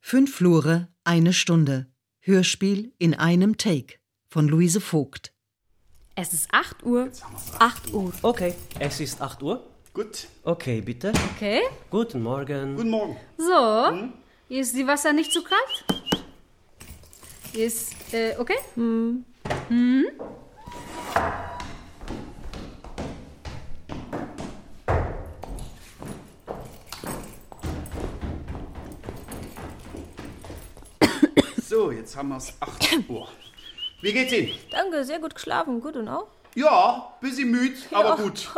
Fünf Flure, eine Stunde. Hörspiel in einem Take von Luise Vogt. Es ist 8 Uhr. 8 Uhr. Okay, es ist 8 Uhr. Gut, Okay, bitte. Okay. Guten Morgen. guten Morgen. So. Hm? Ist die Wasser nicht zu kalt? Ist. Äh, okay? So, jetzt haben wir es 8 Uhr. Wie geht's Ihnen? Danke, sehr gut geschlafen. Gut und auch? Ja, bisschen müde, aber gut.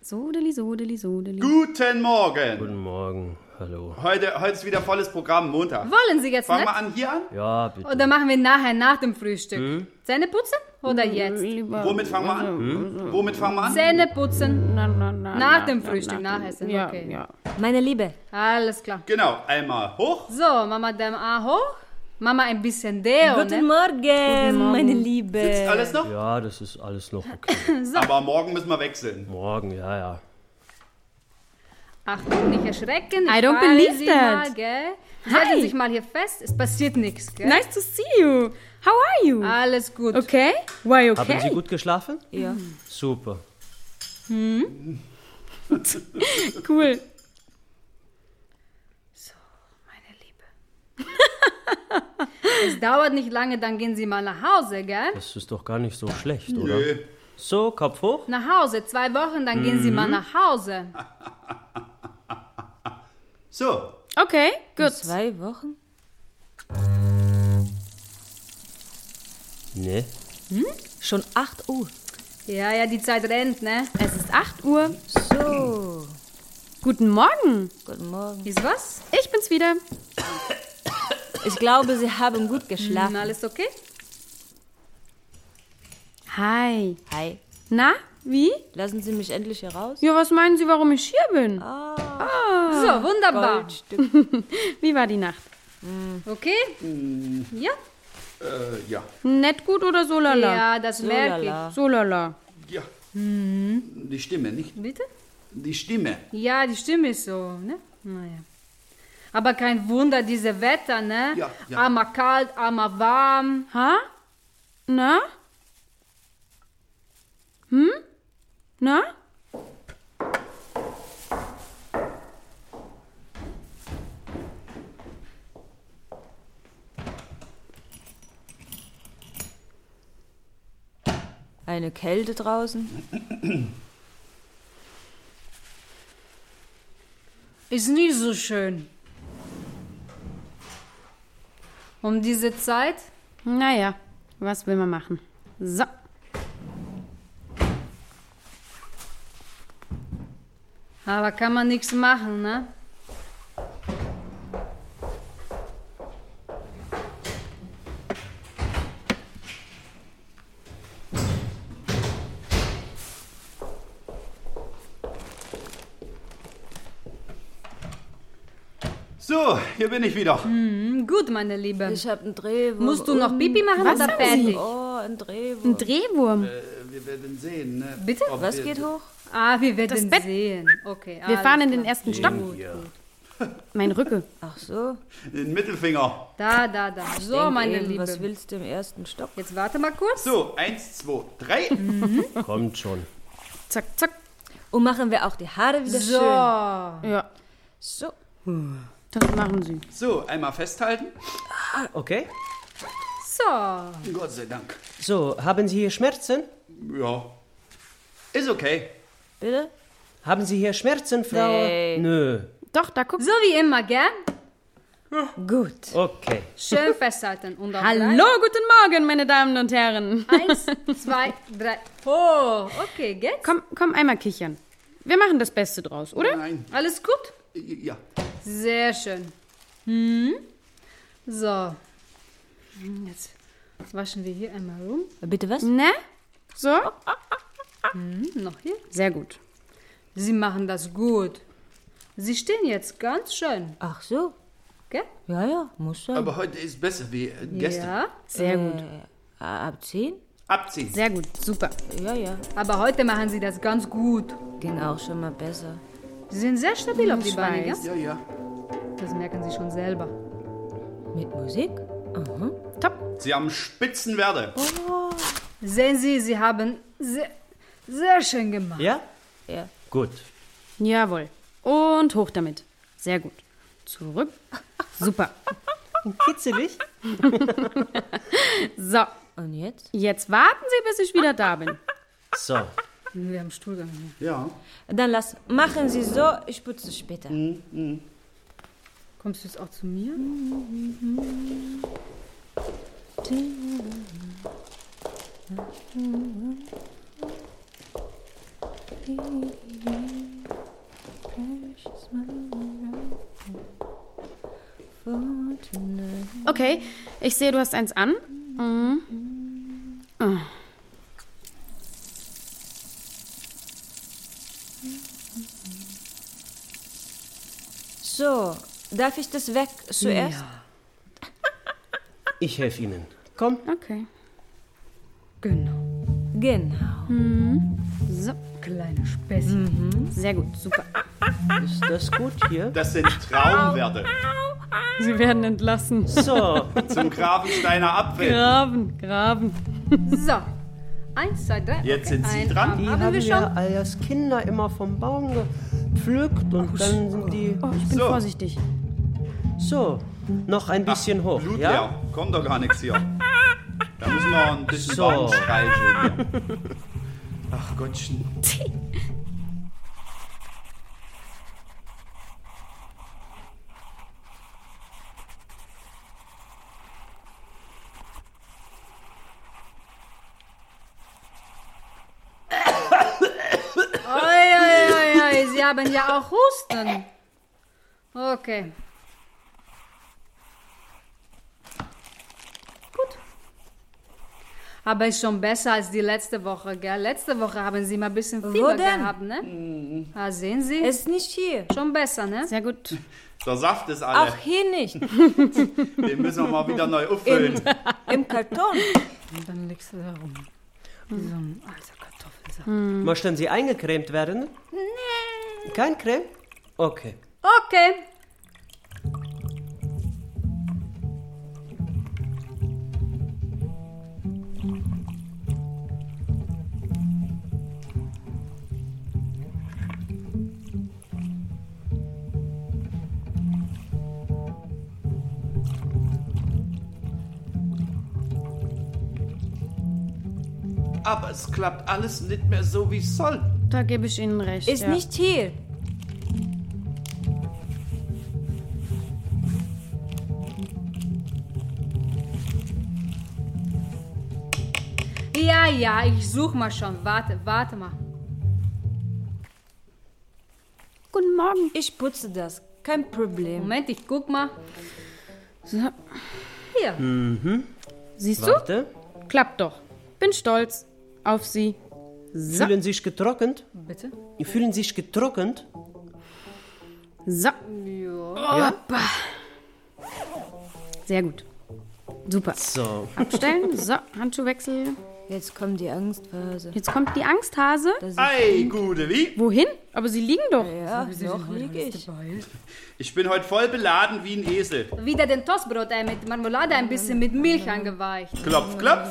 Sodeli, sodeli, sodeli. Guten Morgen. Guten Morgen. Hallo. Heute, heute ist wieder volles Programm, Montag. Wollen Sie jetzt Fangen wir nicht? an hier an? Ja, bitte. Oder machen wir nachher nach dem Frühstück? Hm? Zähne putzen? Oder jetzt? Lieber. Womit fangen wir an? Hm? Womit fangen wir an? Zähne putzen. Na, na, na, Nach dem Frühstück, nachessen. Ja, okay. ja. Meine Liebe, Alles klar. Genau, einmal hoch. So, Mama dem A hoch. Mama ein bisschen Deo, guten ne? Morgen, meine Liebe. Ist alles noch? Ja, das ist alles noch okay. Aber morgen müssen wir wechseln. Morgen, ja, ja. Achtung, nicht erschrecken. I don't fahre believe Sie that. Mal, gell? Halten Hi. Sie sich mal hier fest. Es passiert nichts, gell? Nice to see you. How are you? Alles gut. Okay? Why okay? Haben Sie gut geschlafen? Ja. Super. Cool. Meine Liebe. es dauert nicht lange, dann gehen Sie mal nach Hause, gell? Das ist doch gar nicht so schlecht, oder? Nö. So, Kopf hoch. Nach Hause, zwei Wochen, dann gehen Sie Mhm. mal nach Hause. So, Okay, gut. Zwei Wochen? Nee. Schon 8 Uhr. Ja, ja, die Zeit rennt, ne? Es ist 8 Uhr. So. Guten Morgen. Guten Morgen. Ist was? Ich bin's wieder. Ich glaube, Sie haben gut geschlafen. Alles okay? Hi. Hi. Na, wie? Lassen Sie mich endlich hier raus. Ja, was meinen Sie, warum ich hier bin? Ah. So, wunderbar. Goldstück. Wie war die Nacht? Okay? Mhm. Ja? äh, ja. Nett gut oder so lala? Ja, das merke ich. lala. So lala. Ja. Die Stimme, nicht? Bitte? Die Stimme. Ja, die Stimme ist so, ne? Naja. Aber kein Wunder, diese Wetter, ne? Ja, ja. Einmal kalt, einmal warm. Ha? Na? Hm? Na? Eine Kälte draußen. Ist nie so schön. Um diese Zeit? Naja, was will man machen? So. Aber kann man nichts machen, ne? So, hier bin ich wieder. Hm, Gut, meine Liebe. Ich habe einen Drehwurm. Musst du noch Pipi machen Was oder haben fertig? Oh, ein Drehwurm. Ein Drehwurm. Äh, wir werden sehen, ne? Bitte? ob Was wir- geht hoch? Ah, wir werden Bett. sehen. Okay, Wir alles fahren in den klar. ersten Stock. Mein Rücken. Ach so. Den Mittelfinger. Da, da, da. So, Denk meine eben, Liebe. Was willst du im ersten Stock? Jetzt warte mal kurz. So, eins, zwei, drei. Oh. Kommt schon. Zack, zack. Und machen wir auch die Haare wieder So. schön. Ja, So. das machen sie. So, einmal festhalten. Okay. So. Gott sei Dank. So, haben Sie hier Schmerzen? Ja. Ist okay. Bitte? Haben Sie hier Schmerzen, Frau? Nee. Nö. Doch, da guckst So wie immer, gell? Gut. Okay. Schön festhalten. Und auf Hallo, guten Morgen, meine Damen und Herren. Drei. Eins, zwei, drei. Oh, okay, geht's? Komm, komm, einmal kichern. Wir machen das Beste draus, oder? Nein. Alles gut? Ja. Sehr schön. Hm. So. Hm, Jetzt waschen wir hier einmal rum. Bitte was? Ne? So? Hm, Noch hier. Sehr gut. Sie machen das gut. Sie stehen jetzt ganz schön, Ach so. gell? Ja, ja, muss sein. Aber heute ist besser wie äh, gestern. Ja. Sehr gut. Ah, Ab 10? Abziehen. Sehr gut. Super. Ja, ja. Aber heute machen Sie das ganz gut. Ging auch schon mal besser. Hm, Sie sind sehr stabil auf die Beine, gell? Ja, ja. Das merken Sie schon selber. Mit Musik? Aha. Top. Sie haben Spitzenwerte. Sehen Sie, Sie haben sehr, sehr schön gemacht. Ja? Ja. Gut. Jawohl. Und hoch damit. Sehr gut. Zurück. Super. Kitzelig? So, Und jetzt? jetzt warten Sie, bis ich wieder da bin. So. Wir haben Stuhlgang hier. Ja. Dann lass. Machen Sie so, ich putze später. Mhm. Kommst du jetzt auch zu mir? Okay, ich sehe, du hast eins an. Hm. So, darf ich das weg zuerst? Ich helfe Ihnen. Komm. Okay. Genau. Genau. So, kleine Späßchen. Sehr gut, super. Ist das gut hier? Das sind Traumwerte. Sie werden entlassen. So. Zum Grafensteiner Apfel. Graben, graben. So. Eins, zwei, drei. Jetzt okay. sind Sie Ein dran. Arm Die haben wir schon. ja als Kinder immer vom Baum gepflückt und dann sind die. Oh, ich bin So. vorsichtig. So. Noch ein bisschen hoch. Blut Ja? leer. Kommt doch gar nichts hier. Da müssen wir ein bisschen So. Baum streicheln. hier. Ach Gottchen. Oi, oi, oi, oi. Sie haben ja auch Husten. Okay. Gut. Aber ist schon besser als die letzte Woche, gell? Letzte Woche haben Sie mal ein bisschen Fieber denn? gehabt, ne? Ah, sehen Sie? Es ist nicht hier. schon besser, ne? Sehr gut. Der Saft ist alle. Auch hier nicht. Den müssen wir mal wieder neu auffüllen. Im Karton. Und dann legst du da rum. So ein alter Kartoffelsack. Möchten Sie eingecremt werden? Nee. Kein Creme? Okay. Okay. Aber es klappt alles nicht mehr so, wie es soll. Da gebe ich Ihnen recht. Ist ja. nicht hier. Ja, ja, ich suche mal schon. Warte, warte mal. Guten Morgen. Ich putze das. Kein Problem. Moment, ich guck mal. So. Hier. Siehst du? Warte. Klappt doch. Bin stolz auf Sie. So. Fühlen sich getrocknet? Bitte? Fühlen sich getrocknet? So. Ja. Hoppa. Sehr gut. Super. So. Abstellen. So, Handschuhwechsel. Jetzt kommt die Angstphase. Jetzt kommt die Angsthase. Ei, Gude, wie? Wohin? Aber Sie liegen doch. Ja, doch lieg ich. Ich bin heute voll beladen wie ein Esel. Wieder den Toastbrot äh, mit Marmelade, ein bisschen mit Milch angeweicht. Klopf, klopf.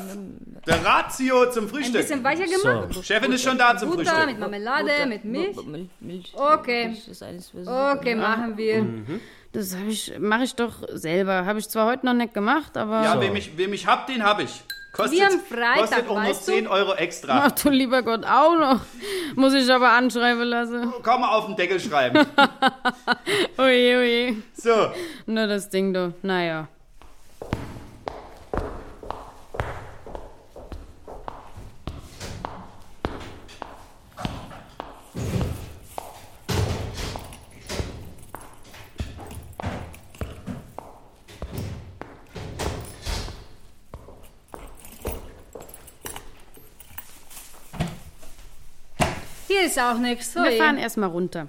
Der Ratio zum Ein Frühstück. bisschen weicher gemacht. Chefin ist schon da zum Butter mit Frühstück. Marmelade, Butter, mit Milch. Bu- Mil- Milch. Okay. Milch ist alles für Oh. Suppe. Okay, machen wir. Das hab ich, mache ich doch selber. Habe ich zwar heute noch nicht gemacht, aber. Ja, wem ich, wem ich hab, den hab ich. Kostet, Wir haben Freitag, kostet auch noch weißt du? 10 Euro extra. Ach du lieber Gott, auch noch. Muss ich aber anschreiben lassen. Komm mal auf den Deckel schreiben. Oje, oje. So, Nur das Ding da. Naja. Hier ist auch nichts. Wir Hui. fahren erstmal runter.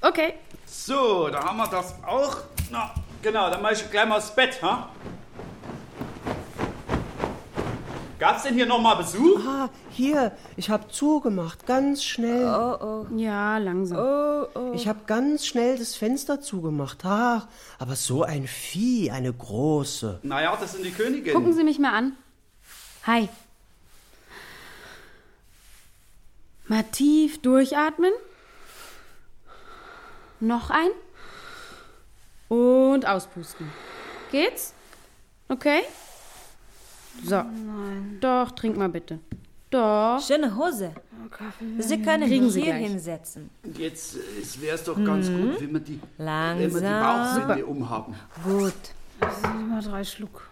Okay. So, da haben wir das auch. Na, genau, dann mache ich gleich mal das Bett, ha? Gab's denn hier nochmal Besuch? Ah, hier, ich habe zugemacht, ganz schnell. Ja, langsam. Ich habe ganz schnell das Fenster zugemacht. Ach, aber so ein Vieh, eine große. Naja, das sind die Königin. Gucken Sie mich mal an. Hi. Mal tief durchatmen. Noch ein. Und auspusten. Geht's? Okay. So. Doch, trink mal bitte. Doch. Schöne Hose. Sie können Oh, Kriegen mich Sie hier gleich. hinsetzen. Jetzt wäre es doch ganz Mhm. gut, wenn wir die, wenn wir die Langsam. Bauchsinne umhaben. Gut. Immer drei Schluck.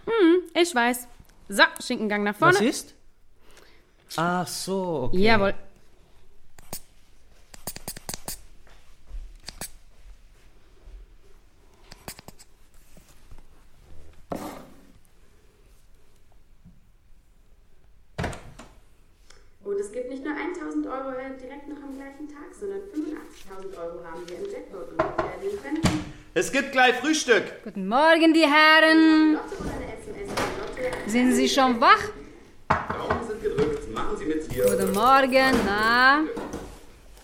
Ich weiß. So, Schinkengang nach vorne. Was ist? Ach so, okay. Jawohl. Und es gibt nicht nur 1000 Euro direkt noch am gleichen Tag, sondern 85.000 Euro haben wir im Jackpot und werden können. Es gibt gleich Frühstück. Guten Morgen, die Herren. Sind Sie schon wach? Daumen sind gedrückt. Machen Sie mit hier. Guten Morgen, na?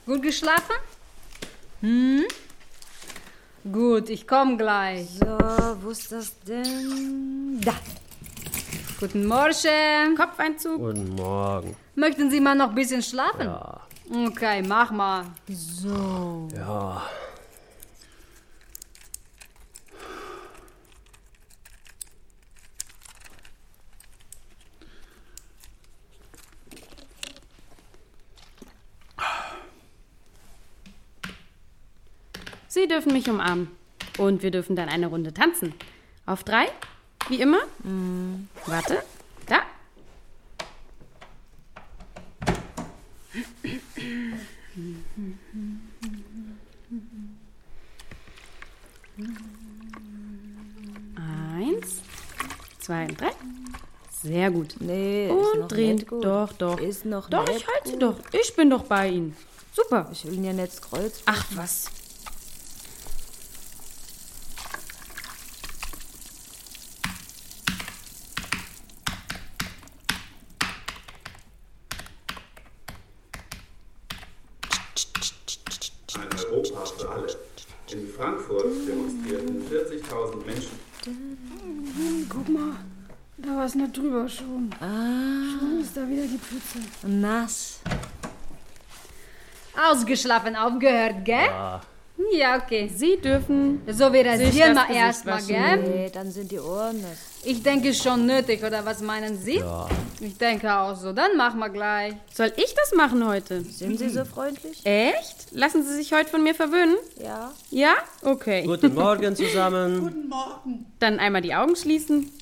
Gut geschlafen? Hm? Gut, ich komme gleich. So, wo ist das denn? Da. Guten Morgen. Kopfeinzug. Guten Morgen. Möchten Sie mal noch ein bisschen schlafen? Ja. Okay, mach mal. Ja. Sie dürfen mich umarmen. Und wir dürfen dann eine Runde tanzen. Auf drei, wie immer. Warte, da. Eins, zwei und drei. Sehr gut. Nee, ist noch und drehen. nicht gut. Doch, doch. Ist noch doch, nicht ich halte sie doch. Ich bin doch bei Ihnen. Super. Ich will ihn ja nicht kreuz. Ach was. Ein Europa für alle. In Frankfurt demonstrierten 40.000 Menschen. Da war es nicht drüber schon. Ah. Schon ist da wieder die Pfütze. Nass. Ausgeschlafen aufgehört, gell? Ja. Ja, okay. Sie dürfen So, wir rasieren das mal Gesicht erstmal, waschen. gell? Nee, Äh, dann sind die Ohren nass. Ich denke schon nötig, oder was meinen Sie? Ja. Ich denke auch so. Dann machen wir gleich. Soll ich das machen heute? Sind sie so freundlich? Echt? Lassen Sie sich heute von mir verwöhnen? Ja. Ja? Okay. Guten Morgen zusammen. Dann einmal die Augen schließen.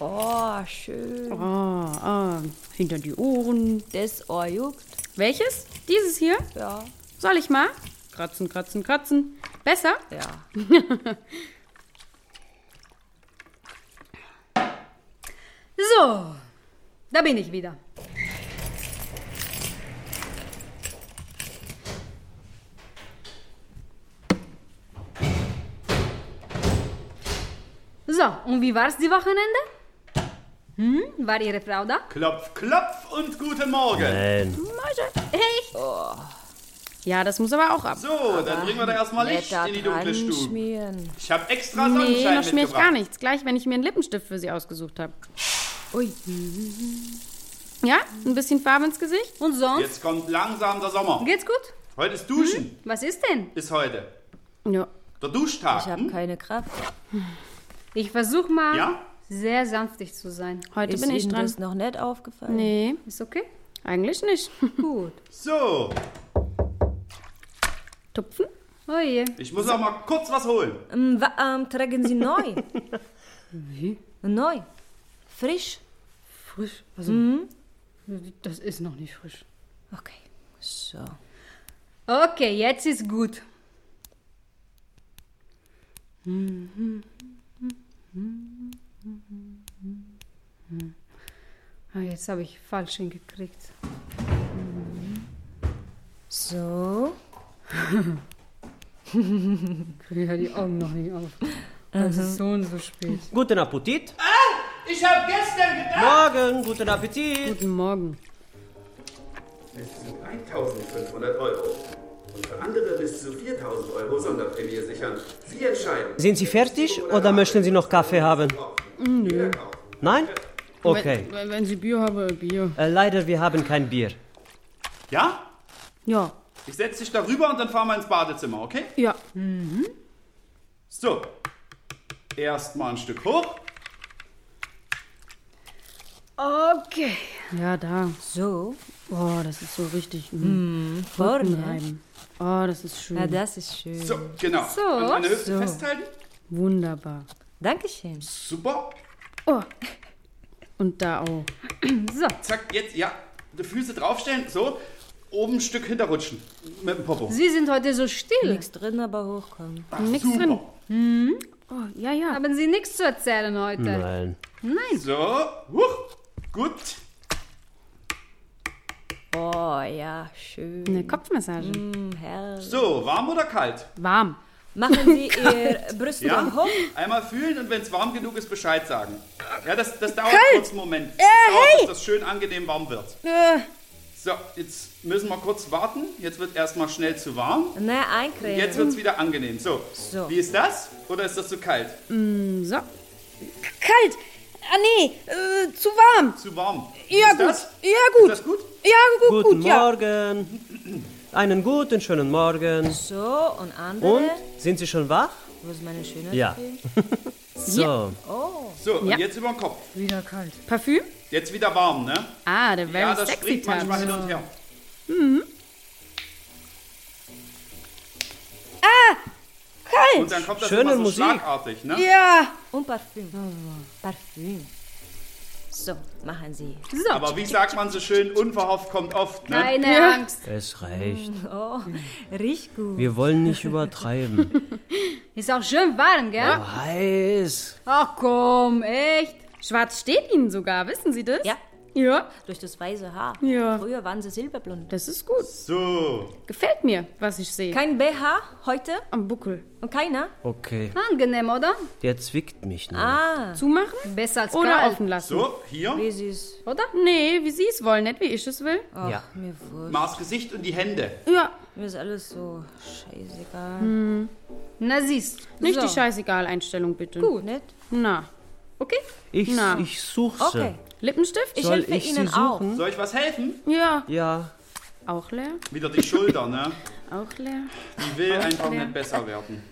Oh, schön. Ah, ah, hinter die Ohren. Das Ohr oh, juckt. Welches? Dieses hier? Ja. Soll ich mal? Kratzen, kratzen, kratzen. Besser? Ja. So, da bin ich wieder. So, und wie war's die Wochenende? Hm, war Ihre Frau da? Klopf, klopf und guten Morgen. Nein. Echt? Ja, das muss aber auch ab. So, dann bringen wir da erstmal Licht Blätter in die dunkle dran Stube. schmieren. Ich habe extra Nee, Sonnenschein noch schmier ich mitgebracht. gar nichts. Gleich, wenn ich mir einen Lippenstift für Sie ausgesucht habe. Ui. Ja? Ein bisschen Farbe ins Gesicht? Und sonst? Jetzt kommt langsam der Sommer. Geht's gut? Heute ist Duschen. Was ist denn? Ist heute. Ja. Der Duschtag. hm? Ich habe keine Kraft. Ich versuch mal, Ja? sehr sanftig zu sein. Heute Ist bin ich Ihnen dran. das noch nicht aufgefallen? Nee, Ist okay? eigentlich nicht. Gut. So, Tupfen? Oh je. ich muss auch mal kurz was holen. Ähm, wa- ähm, tragen Sie neu. Wie? Neu. Frisch. Frisch. Also, Das ist noch nicht frisch. Okay. So. Okay, jetzt ist gut. Ah, Jetzt habe ich falsch hingekriegt. So. Kriege ja die Augen noch nicht auf. Es ist so und so spät. Guten Appetit. Ich habe gestern gedacht. Morgen, guten Appetit. Guten Morgen. Es sind 1500 Euro. Und für andere bis zu 4000 Euro Sonderprämie sichern. Sie entscheiden. Sind Sie fertig oder möchten Sie noch Kaffee haben? Nö. Nein? Okay. Wenn, wenn, wenn Sie Bier haben, Bier. Äh, leider, wir haben kein Bier. Ja? Ja, Ich setze dich darüber und dann fahren wir ins Badezimmer, okay? ja. So. Erstmal ein Stück hoch. Okay. Ja, da. So. Oh, das ist so richtig. Mm. Vorne. Reiben. Oh, das ist schön. Ja, das ist schön. So, genau. So, An meine Hüfte so. festhalten. Wunderbar. Dankeschön. Super. Und da auch. Zack, jetzt, ja. Die Füße draufstellen. So. Oben ein Stück hinterrutschen. Mit dem Popo. Sie sind heute so still. Nichts drin, aber hochkommen. Ach, Nix super. drin. Oh, ja, ja. Haben Sie nichts zu erzählen heute? Nein. So. Huch. Gut. Oh ja, schön. Eine Kopfmassage. Hm, herrlich. So, warm oder kalt? Warm. Machen Sie Ihr Brüstung Ja. hoch. Einmal fühlen und wenn es warm genug ist, Bescheid sagen. Ja, das, das dauert kurz einen Moment. Das dauert, bis das schön angenehm warm wird. Äh. So, jetzt müssen wir kurz warten. Jetzt wird erstmal schnell zu warm. Ne, Und Äh. eincremen. Jetzt wird es wieder angenehm. So. So. wie ist das? Oder ist das zu kalt? So. Kalt! Ah nee, äh, zu warm. Zu warm? Wie Ja ist gut, Das? ja gut. Ist das gut? Ja gut, Guten gut, ja. Morgen. Einen guten, schönen Morgen. So, und andere. Und, sind Sie schon wach? Wo ist meine schöne? Ja. So. So, und jetzt über den Kopf. Wieder kalt. Parfüm? Jetzt wieder warm, ne? Ah, der Very ja, das Sexy springt manchmal hin Tanz. und her. Kalt! Und dann kommt das Schöne immer so Musik. schlagartig, ne? Ja. Und Parfüm. Parfüm. So, machen Sie. Aber wie sagt man so schön, unverhofft kommt oft, ne? Keine Angst. Es reicht. Oh, riecht gut. Wir wollen nicht übertreiben. Oh, Ist auch schön warm, gell? Heiß. Ach komm, echt? Schwarz steht Ihnen sogar, wissen Sie das? Ja, Ja, durch das weiße Haar. Ja. Früher waren Sie silberblond. das ist gut. So. Gefällt mir, was ich sehe. Kein BH heute Am Buckel. und keiner. Okay, Angenehm, oder? der zwickt mich nicht. Ah, Zumachen Besser als oder kalt. offen lassen? So, hier. wie süß. Oder? Nee, wie Sie es wollen, nicht wie ich es will. Ach, Ja. mir wurscht. Maß Gesicht und die Hände. Ja, Mir ist alles so scheißegal. Na siehst. nicht so. die Scheißegal-Einstellung, bitte. Gut, nicht? Na, okay. Ich, Na. ich suche sie. Okay. Lippenstift? Ich Soll helfe ich sie Ihnen auch. Soll ich was helfen? ja. Ja, Auch leer? Wieder die Schulter, ne? Auch leer? Die will einfach nicht besser werden.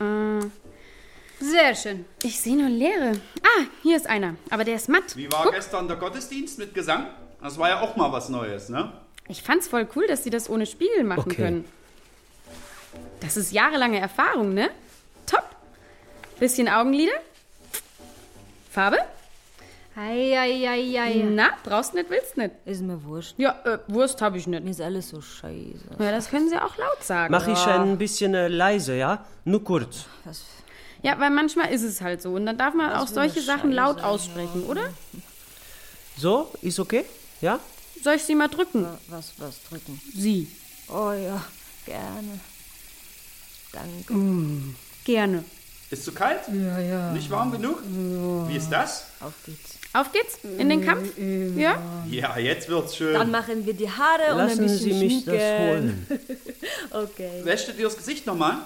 Sehr schön. Ich sehe nur leere. Ah, hier ist einer. Aber der ist matt. Wie war gestern der Gottesdienst mit Gesang? Das war ja auch mal was Neues, ne? Ich fand's voll cool, dass sie das ohne Spiegel machen Okay. können. Das ist jahrelange Erfahrung, ne? Top. Bisschen Augenlider? Farbe? Ei, ei, ei, ei. Na, brauchst nicht, willst nicht. Ist mir wurscht. Ja, äh, Wurst habe ich nicht. Mir ist alles so scheiße. Ja, das können sie auch laut sagen. mach ich ein bisschen äh, leise, ja? Nur kurz. Ja, weil manchmal ist es halt so. Und dann darf man auch solche Sachen laut aussprechen, oder? So, ist okay? Ja? Soll ich sie mal drücken? Was, was drücken? Sie. Oh ja, gerne. Danke. Gerne. Ist zu kalt? Ja, ja. Nicht warm genug? Wie ist das? Auf geht's. Auf geht's, in den Kampf. Ja? Ja, jetzt wird's Dann schön. machen wir die Haare und ein Lassen bisschen Sie mich das schminken. holen. Okay. Wäschtet ihr das Gesicht nochmal?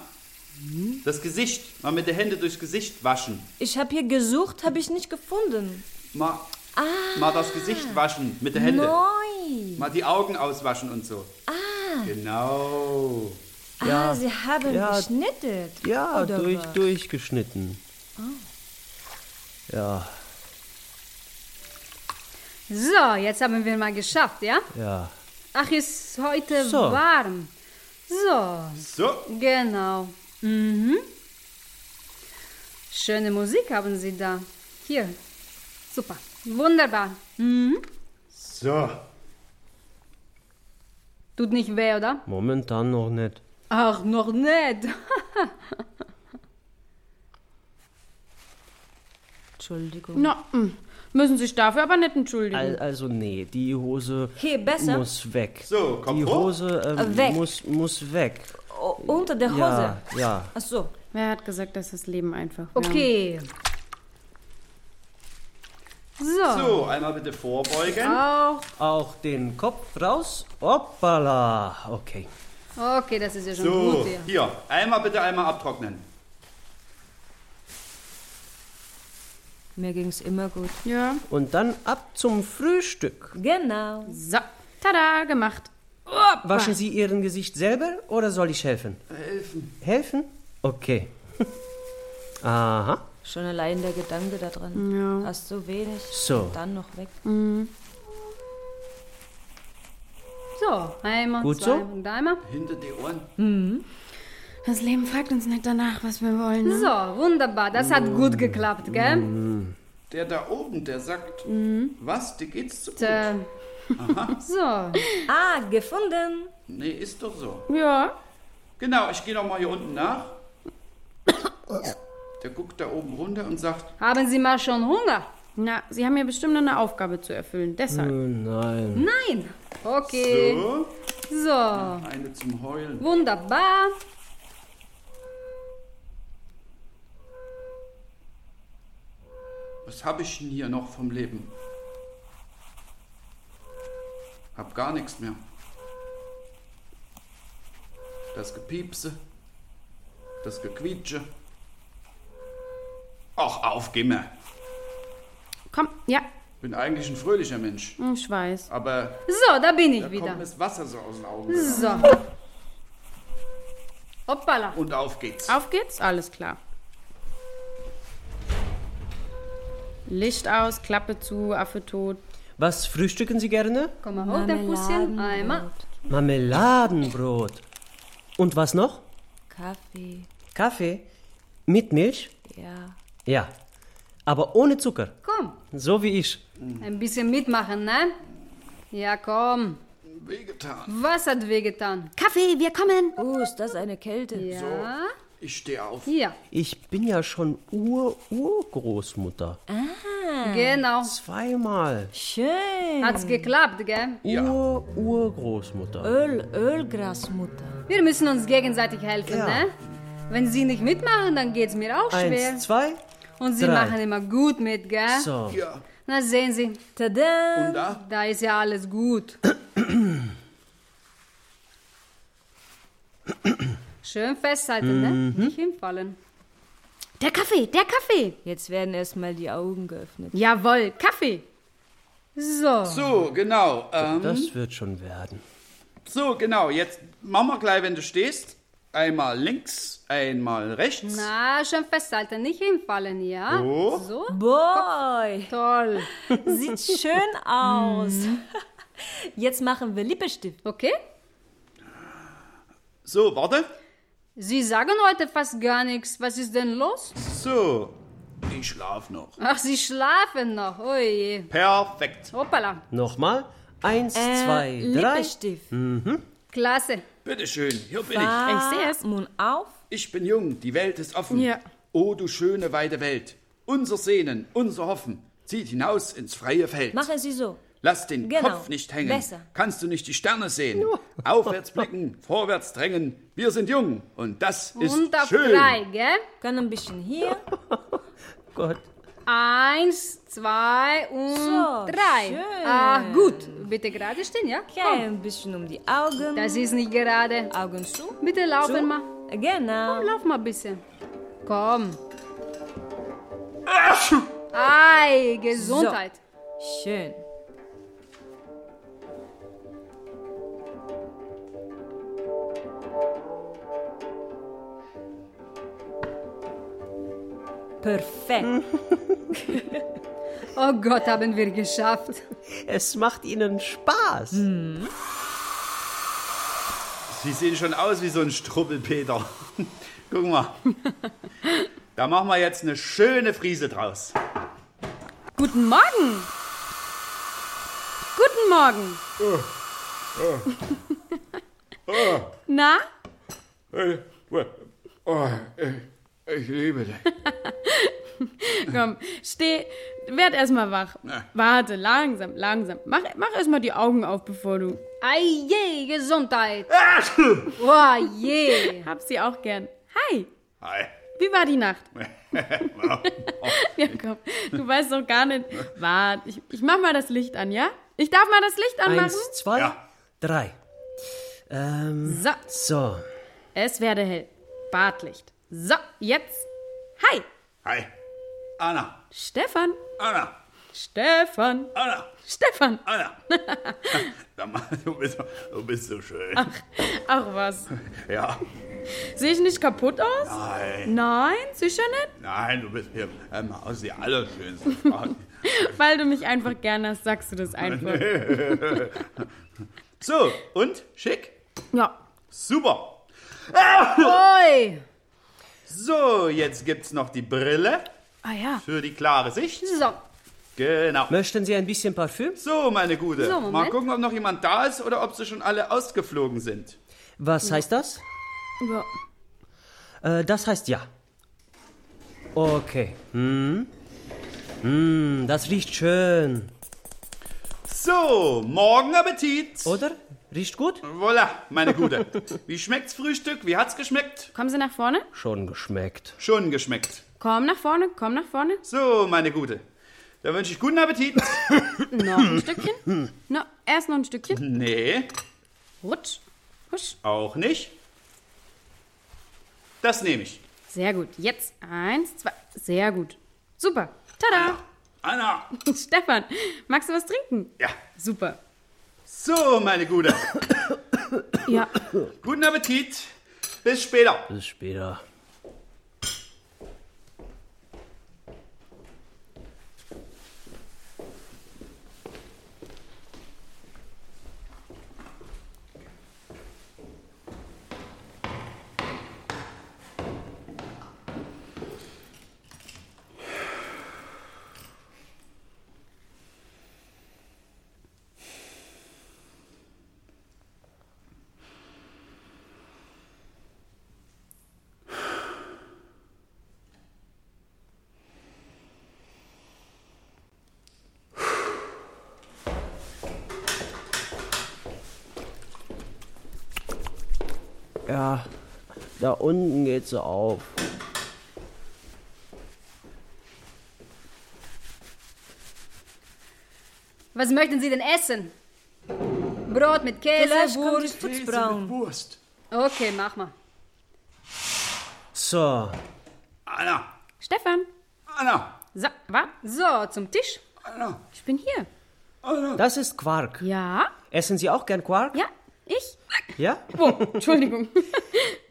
Das Gesicht. Mal mit den Händen durchs Gesicht waschen. Ich habe hier gesucht, habe ich nicht gefunden. Mal, Ah. mal das Gesicht waschen mit den Händen. Neu. Mal die Augen auswaschen und so. Ah. Genau. Ah, Sie haben Ja. geschnitten. Ja, Oder durch, was? Ah. durchgeschnitten. Ja, So, jetzt haben wir mal geschafft, ja? ja. Ach, ist heute So. warm. So, So. genau. Mhm. Schöne Musik haben Sie da. Hier. Super. Wunderbar. So. Tut nicht weh, oder? Momentan noch nicht. Ach, noch nicht. Entschuldigung. Na, mm. Müssen sich dafür aber nicht entschuldigen. Al- Also nee, die Hose Hier, besser. muss weg. So, komm Die hoch. Hose ähm, Äh, weg. Muss, muss weg. O- Oh, unter der Hose. Ja, ja. Ach so. Wer hat gesagt, dass das Leben einfach wäre? Okay. So. So, einmal bitte vorbeugen. Auch. Auch den Kopf raus. Hoppala. Okay. Okay, das ist ja schon So, gut hier. hier. Einmal bitte einmal abtrocknen. Mir ging's immer gut. Ja. Und dann ab zum Frühstück. Genau. So. Tada, gemacht. Waschen Sie Ihren Gesicht selber oder soll ich helfen? Helfen. Helfen? Okay. Aha. Schon allein der Gedanke da dran. Ja. Hast so wenig. So. Und dann noch weg. So, einmal, Gut zwei, so? und einmal. Hinter die Ohren. Das Leben fragt uns nicht danach, was wir wollen. Ne? So, wunderbar. Das hat gut geklappt, gell? Der da oben, der sagt, Mhm. was, dir geht's zu gut? Äh, so, Ah, gefunden. Nee, ist doch so. Ja. Genau, ich gehe nochmal hier unten nach. Der guckt da oben runter und sagt, haben Sie mal schon Hunger? Na, Sie haben ja bestimmt noch eine Aufgabe zu erfüllen. Deshalb. Nein. Nein. Okay. so, So, eine zum Heulen. wunderbar. Was habe ich denn hier noch vom Leben? Hab gar nichts mehr. Das Gepiepse, das Gequietsche. Ach, auf, geh mir. Komm, ja. Bin eigentlich ein fröhlicher Mensch, Ich weiß. aber So, da bin ich da kommt wieder. das Wasser so aus den Augen. So. Hoppala. Und auf geht's. Auf geht's, alles klar. Licht aus, Klappe zu, Affe tot. Was frühstücken Sie gerne? Komm mal hoch, der Fußchen. Einmal. Marmeladenbrot. Und was noch? Kaffee. Kaffee. Mit Milch? Ja. Ja. Aber ohne Zucker. Komm. So wie ich. Ein bisschen mitmachen, ne? Ja, komm. Wehgetan. Was hat wehgetan? Kaffee, wir kommen. Uh, ist das eine Kälte? Ja. Ich stehe auf. Hier. Ich bin ja schon Ur-Urgroßmutter. Hm. Genau. Zweimal Schön. Hat's geklappt, gell? Ur-Urgroßmutter. Öl, Ölgrasmutter. Wir müssen uns gegenseitig helfen, Ja. ne? Wenn sie nicht mitmachen, dann geht's mir auch schwer. Eins, zwei. Und sie drei. machen immer gut mit, gell? So. Ja, Na, sehen Sie, Tada. und da? da ist ja alles gut. Schön festhalten, Mhm. ne? Nicht hinfallen. Der Kaffee, der Kaffee. Jetzt werden erstmal die Augen geöffnet. Jawohl, Kaffee. So. So, genau. Ähm, Das wird schon werden. so, genau. Jetzt machen wir gleich, wenn du stehst. Einmal links, einmal rechts. Na, schön festhalten, nicht hinfallen, ja? So. So? Boy, Toll. sieht schön aus. Jetzt machen wir Lippenstift. Okay? So, warte. Sie sagen heute fast gar nichts. Was ist denn los? So. Ich schlaf noch. Ach, Sie schlafen noch. Oh je. Perfekt. Hoppala. Nochmal. Eins, Äh, zwei, drei. Mhm. Lippenstift. Klasse. Bitteschön, hier bin ich. Ich sehe es. Mund auf. Ich bin jung, die Welt ist offen. Ja. O du schöne, weite Welt. Unser Sehnen, unser Hoffen zieht hinaus ins freie Feld. Machen Sie so. Lass den Genau. Kopf nicht hängen. Besser. Kannst du nicht die Sterne sehen? Aufwärts blicken, vorwärts drängen. Wir sind jung und das ist Und auf schön. drei, gell? Kann ein bisschen hier. Gott. Eins, zwei und So, drei. schön. Ah, gut. Bitte gerade stehen, ja? Okay, ein bisschen um die Augen. Das ist nicht gerade. Augen zu. Bitte laufen mal. Genau. Lauf mal ein bisschen. Komm. Ei, Gesundheit. Schön. Perfekt. Oh Gott, haben wir geschafft. Es macht Ihnen Spaß. Hm. Sie sehen schon aus wie so ein Strubbelpeter. Guck mal. Da machen wir jetzt eine schöne Friese draus. Guten Morgen. Guten Morgen. Na, Ich liebe dich. Komm, steh, werd erstmal wach. Warte, langsam, langsam. Mach, mach erstmal die Augen auf, bevor du. Ei je, Gesundheit. Oh je. Hab sie auch gern. Hi, Hi. wie war die Nacht? Ja, komm, du weißt doch gar nicht. Warte, ich, ich mach mal das Licht an, ja? Ich darf mal das Licht anmachen? Eins, zwei, Ja. drei. Ähm, So, so. es werde hell. Badlicht. So, jetzt. Hi, Hi. Anna. Stefan. Anna. Stefan. Anna. Stefan. Anna. Sag mal, du bist, du bist so schön. Ach was. Ja. Sehe ich nicht kaputt aus? Nein. Nein, sicher nicht. Nein, du bist mir ähm, aus die allerschönste Frau. Weil du mich einfach gerne hast, sagst du das einfach. So, und? Schick? Ja. Super. Oi. So, jetzt gibt's noch die Brille Ah ja. für die klare Sicht. So. Genau. Möchten Sie ein bisschen Parfüm? So, meine Gute. So, Moment. Mal gucken, ob noch jemand da ist oder ob sie schon alle ausgeflogen sind. Was heißt das? ja. Äh, das heißt ja. Okay. Hm. Hm, das riecht schön. So, morgen Appetit. Oder? Riecht gut? Voilà, meine Gute. Wie schmeckt's Frühstück? Wie hat's geschmeckt? Kommen Sie nach vorne. Schon geschmeckt. Schon geschmeckt. Komm nach vorne, komm nach vorne. So, meine Gute. Dann wünsche ich guten Appetit. Noch ein Stückchen. No, erst noch ein Stückchen. Nee, Rutsch. Husch. auch nicht. Das nehme ich. Sehr gut. Jetzt eins, zwei. Sehr gut. Super. Tada. Anna. Stefan, magst du was trinken? Ja. Super. So, meine Gute. Ja. Guten Appetit. Bis später. Bis später. Ja, da unten geht's so auf. Was möchten Sie denn essen? Brot mit Vielleicht Käse, kommt die Wurst. Futzbraun. Wurst. Okay, mach mal. So, Anna. Stefan. Anna. So, warte. So, zum Tisch. Anna. Ich bin hier. das ist Quark. Ja. Essen Sie auch gern Quark? Ja. Ich. Ja? Entschuldigung.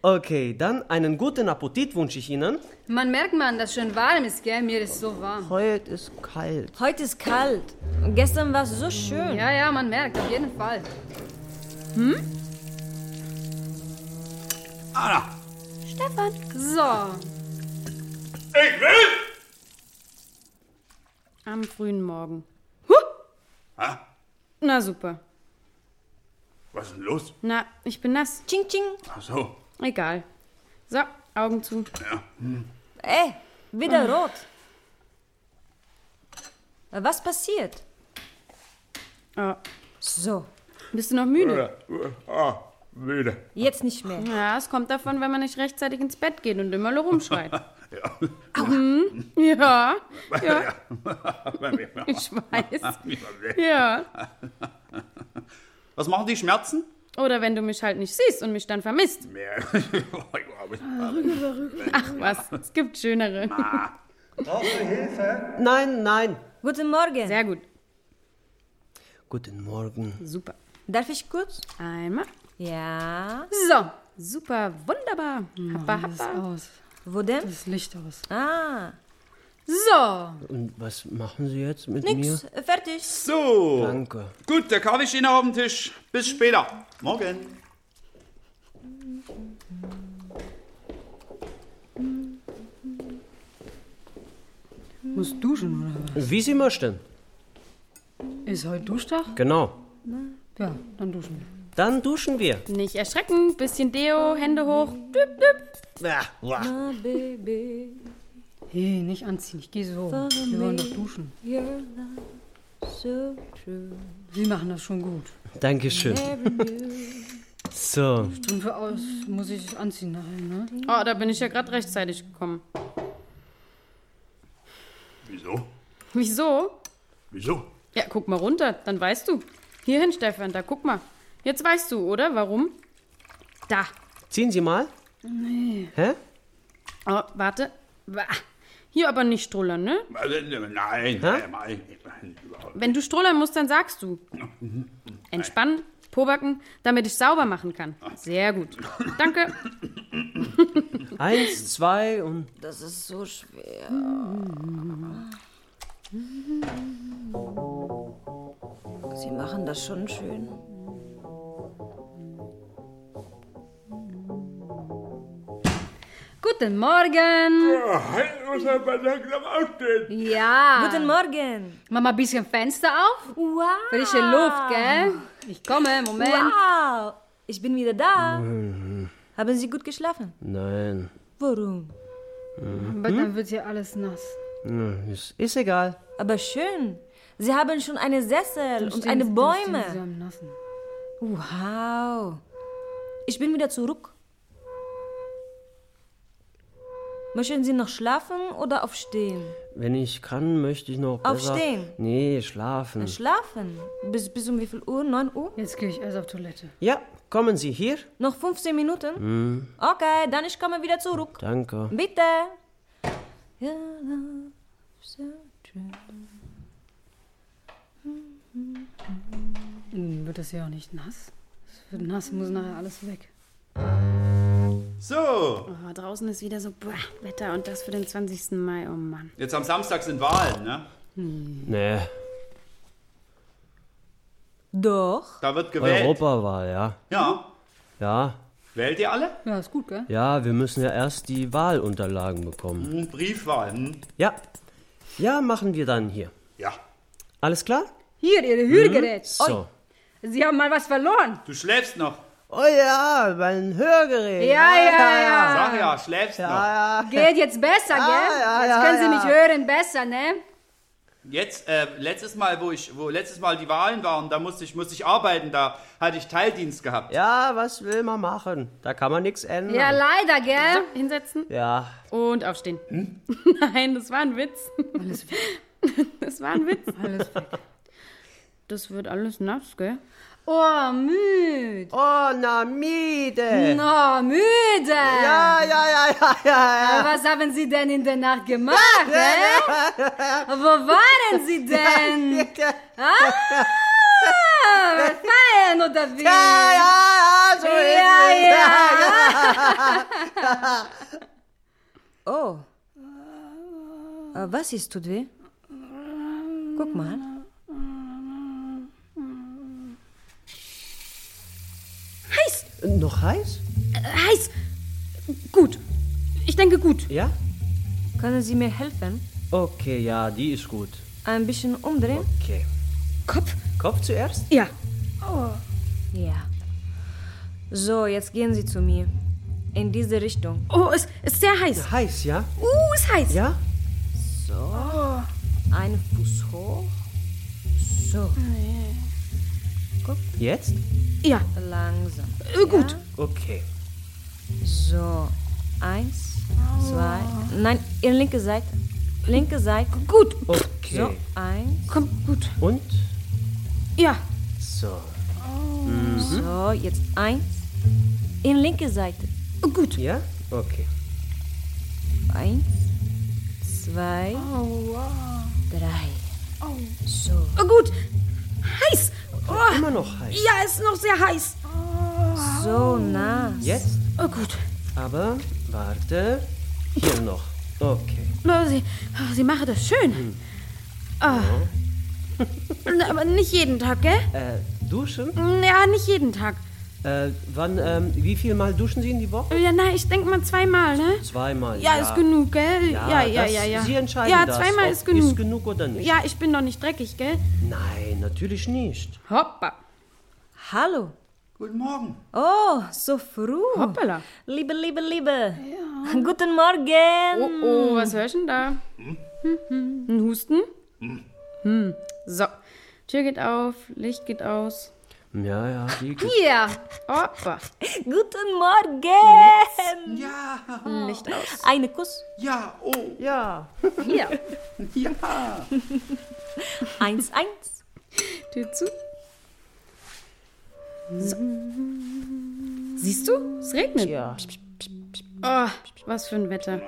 Okay, dann einen guten Appetit wünsche ich Ihnen. Man merkt man, dass schön warm ist, gell? Mir ist so warm. Heute ist kalt. Heute ist kalt. Und gestern war es so schön. Ja, ja, man merkt, auf jeden Fall. Anna. So, Ich will. Am frühen Morgen. Hä? Na super. Was ist denn los? Na, ich bin nass. Ching, ching. Ach so. Egal. So, Augen zu. Ey, Äh, Hm. wieder rot. Äh, Was passiert? Oh, So, bist du noch müde? Ah, müde. jetzt nicht mehr. Ja, es kommt davon, wenn man nicht rechtzeitig ins Bett geht und immer nur rumschreit. Hm? Ja. ja, Ja. ich weiß. Ja. Was machen die Schmerzen? Oder wenn du mich halt nicht siehst und mich dann vermisst. Mehr. Ach was, es gibt schönere. Ah. Nein, nein. Guten Morgen. Sehr gut. Guten Morgen. Super. Darf ich kurz? Einmal. Ja. so. Super, wunderbar. Happa, happa. Hm, Aus. Wo denn? Das Licht aus. Ah, So, Und was machen Sie jetzt mit nix. mir? Fertig. So. Danke. Gut, der Kaffee steht noch auf dem Tisch. Bis später. Morgen. musst duschen, oder? Wie Sie möchten. Ist heute Duschtag? Genau. Ja, dann duschen Dann duschen wir. Nicht erschrecken, bisschen Deo, Hände hoch. Düpp, düpp. Ah, wah. Baby. wir. Hey, nicht anziehen, ich gehe so. Wir wollen doch duschen. You're not so true. Sie machen das schon gut. Dankeschön. So, Und für aus muss ich es anziehen nachher, ne? Oh, da bin ich ja gerade rechtzeitig gekommen. Wieso? Wieso? Wieso? Ja, guck mal runter, dann weißt du. Hierhin, Stefan, da guck mal. Jetzt weißt du, oder? Warum? Da. ziehen Sie mal. Nee. Hä? Oh, warte. Bah. Hier aber nicht strullern, ne? Also, Nein, nein, nein. Wenn du strullern musst, dann sagst du. Mhm. Entspannen, pobacken, damit ich sauber machen kann. Ah. Sehr gut. Danke. Eins, zwei und. Das ist so schwer. Mhm. Sie machen das schon schön. Ah. Guten Morgen! Ja! Guten Morgen. Mach mal ein bisschen Fenster auf. Wow. Frische Luft, gell? Ich komme, Moment. Wow. Ich bin wieder da. Mhm. Haben Sie gut geschlafen? Nein. Warum? Aber dann wird hier alles nass. Hm, Ist, ist egal. Aber schön. Sie haben schon eine Sessel und Stehen- eine dann stehen sie Bäume. am Nassen. Wow. Ich bin wieder zurück. Möchten Sie noch schlafen oder aufstehen? Wenn ich kann, möchte ich noch. Besser. Aufstehen. Nee, Mhm. schlafen. Schlafen? Bis, bis um wie viel Uhr? 9 Uhr? Jetzt gehe ich erst auf Toilette. Ja, kommen Sie hier. Noch 15 Minuten? Mhm. Okay, dann ich komme wieder zurück. Danke. Bitte. Hm, Wird das hier auch nicht nass? Es wird nass, muss nachher alles weg. So, Oh, draußen ist wieder so boah, Wetter und das für den 20. Mai. Oh Mann. jetzt am Samstag sind Wahlen, ne? Nee, Doch. Da wird gewählt. Europawahl, ja. Ja. Ja. Wählt ihr alle? Ja, ist gut, gell? Ja, wir müssen ja erst die Wahlunterlagen bekommen. Hm, Briefwahl. Hm. Ja. Ja, machen wir dann hier. Ja. Alles klar? Hier, Ihre Mhm. Hörgerät. So. Sie haben mal was verloren. Du schläfst noch. Oh ja, mein Hörgerät. Ah, Ja, ja, ja. Sag ja, schläfst Geht jetzt besser, gell? ja, jetzt ja, können Sie ja. mich hören, besser, ne? noch. Jetzt, äh, letztes Mal, wo ich, wo letztes Mal die Wahlen waren, da musste ich, musste ich arbeiten, da hatte ich Teildienst gehabt. Ja, was will man machen? Da kann man nichts ändern. Ja, leider, So, gell? hinsetzen ja. Hm? und aufstehen. Nein, das war ein Witz. Alles weg. Das war ein Witz. Alles weg. Das wird alles nass, gell? Oh, müde. Oh, na Miete. Oh, müde. Ja, ja, ja, ja, ja. Was haben Sie denn in der Nacht gemacht, hä? Wo waren Sie denn? Ja, Ah, feiern oder wie? ja, ja, so Ja, ist es. ja. Oh. Äh, Was ist, tut weh? Guck mal. Noch heiß? Äh, Heiß. Gut. Ich denke gut. Ja? Können Sie mir helfen? Okay, ja, die ist gut. Ein bisschen umdrehen? Okay. Kopf. Kopf zuerst? Ja. Ja. So, jetzt gehen Sie zu mir. In diese Richtung. Oh, es ist sehr heiß. Heiß, ja? Uh, ist heiß. Ja? Ein Fuß hoch. So, Jetzt? Ja. langsam. Äh, gut. Okay. So, eins, zwei. Nein, Ihre linke Seite. Linke Seite. Gut. Okay. So, eins. Komm, gut. Und? Ja. So. So, jetzt eins. In linke Seite. Äh, gut. Ja? Okay. Eins, zwei, drei. So, Oh, Äh, gut. Heiß. Oh, Immer noch heiß. ja, ist noch sehr heiß. so nah. Jetzt? Oh, Äh, gut. Aber, warte. Hier noch. Okay. Oh, sie, oh, sie machen das schön. Ah. Oh. Na, Aber nicht jeden Tag, gell? Äh, duschen? Ja, nicht jeden Tag. Äh, wann, ähm, wie viel Mal duschen Sie in die Woche? Ja, nein, ich denke mal zweimal, ne? Zweimal. Ja, ist genug, gell? Ja, ja, das- ja, ja. Sie entscheiden Ja, das, zweimal ob ist genug. Ist genug oder nicht? Ja, ich bin noch nicht dreckig, gell? Nein, natürlich nicht. Hoppa. Hallo. Guten Morgen. Oh, so früh. Hoppala. Liebe, liebe, liebe. Guten Morgen. Oh, oh, was hörst du denn da? Ein Husten? Hm. So. Tür geht auf, Licht geht aus. Ja, ja, die geht. Ja. Oh, bah. Guten Morgen. Ja, Licht aus. Eine Kuss. ja, oh, Ja. Hier. ja. Eins, eins. Tür zu. So. Siehst du? Es regnet. Ja. Oh, was für ein Wetter.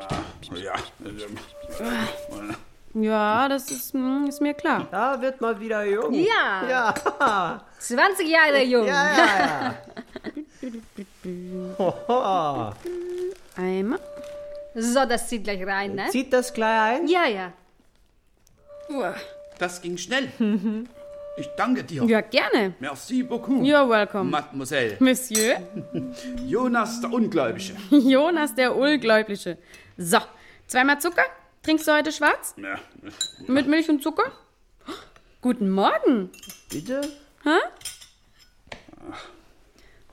Ja. ähm, Ja, das ist, hm, ist mir klar. Da wird mal wieder jung. Ja, Ja, 20 Jahre jung. ja, ja. Hoho. Einmal. So, das zieht gleich rein, ne? Zieht das gleich ein? Ja, ja. Uah. Das ging schnell. Ich danke dir. Ja, gerne. Merci beaucoup. You're welcome. Mademoiselle. Monsieur Jonas der Ungläubige. Jonas der Ungläubliche. So, zweimal Zucker. Trinkst du heute schwarz? ja. Mit Milch und Zucker? Guten Morgen. Bitte?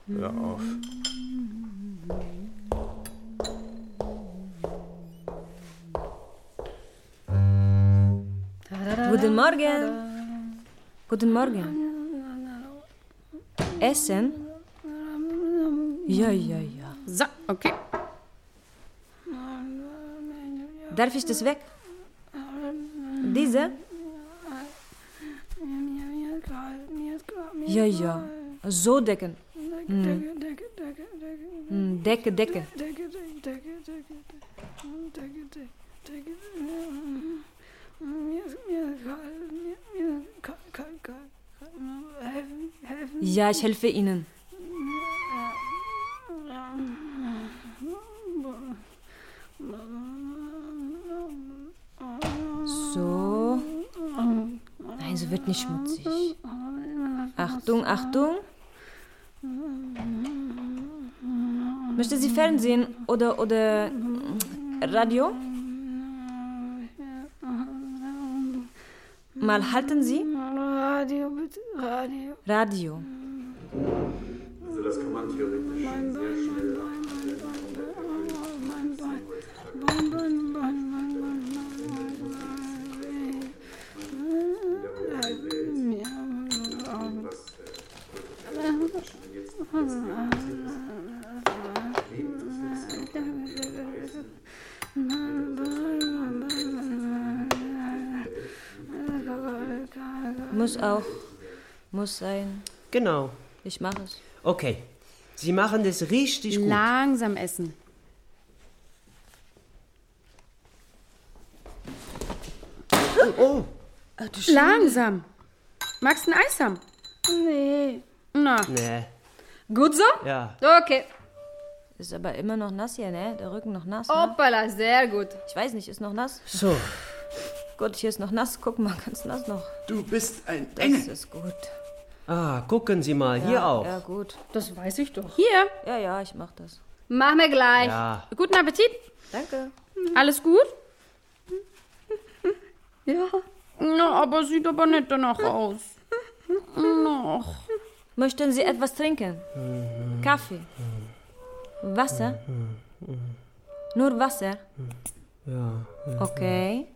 Hör auf. Guten Morgen. Guten Morgen. Essen? Ja, ja, ja. So, okay. Darf ich das weg? Diese? Ja, ja. So decken. Hm. Decke, Decke. Ja, ich helfe Ihnen. So. Nein, so wird nicht schmutzig. Achtung, Achtung. Möchte sie Fernsehen oder oder mm, Radio? Mal halten Sie. Radio, bitte. Radio. Radio. Muss auch. Muss sein. Genau. Ich mache es. Okay. Sie machen das richtig gut. Langsam essen. Oh, Langsam. Magst du ein Eis haben? Nee. Na, nee. Gut so? Ja. Okay. Ist aber immer noch nass hier, ne? Der Rücken noch nass. Ne? Hoppala, sehr gut. Ich weiß nicht, ist noch nass? So. Gott, hier ist noch nass. Guck mal, ganz nass noch. Du bist ein Das Engel. ist gut. Ah, gucken Sie mal, hier ja, auch. Ja, gut. Das weiß ich doch. hier. Ja, ja, ich mach das. Mach mir gleich. Ja. Guten Appetit. Danke. Alles gut? Ja. Na, aber sieht aber nicht danach aus. Noch. Möchten Sie etwas trinken? Kaffee? Wasser? Nur Wasser? Ja. Okay.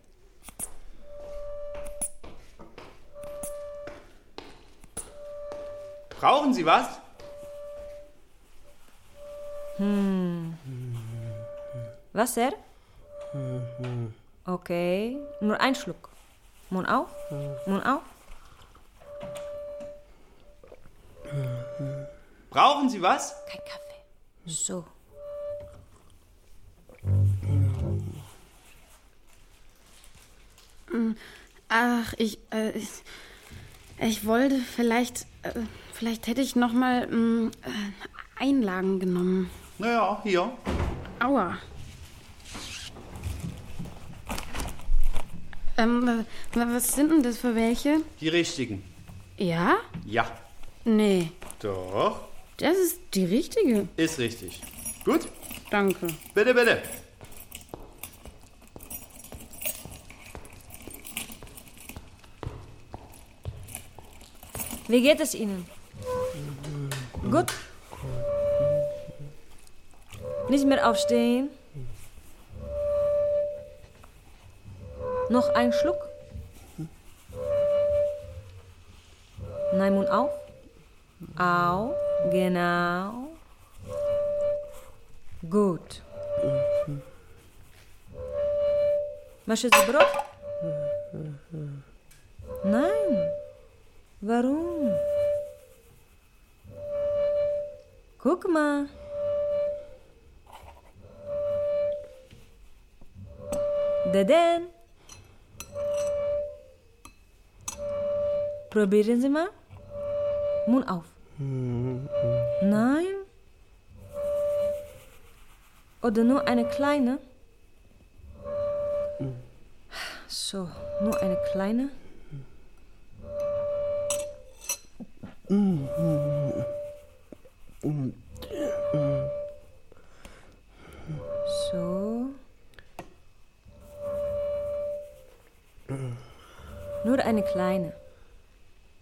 Brauchen Sie was? Wasser? Okay. Nur ein Schluck. Mund auf. Mund auf. Brauchen Sie was? Kein Kaffee. So. Ach, ich, äh, ich, ich wollte vielleicht, äh, vielleicht hätte ich noch mal mh, äh, Einlagen genommen. Naja, hier. Aua. Ähm, wa- wa- was sind denn das für welche? Die richtigen. Ja? Ja. Nee, Doch. das ist die richtige. Ist richtig. Gut. Danke. Bitte, bitte. Wie geht es Ihnen? Gut. Nicht mehr aufstehen. Noch ein Schluck. Nein, Mund auf. Au. Genau. Gut. Möchtest du Brot? Nein. Warum? Guck mal. Dadan. Probieren Sie mal. Mund auf. Nein. Oder nur eine kleine? So, nur eine kleine? So. Nur eine kleine.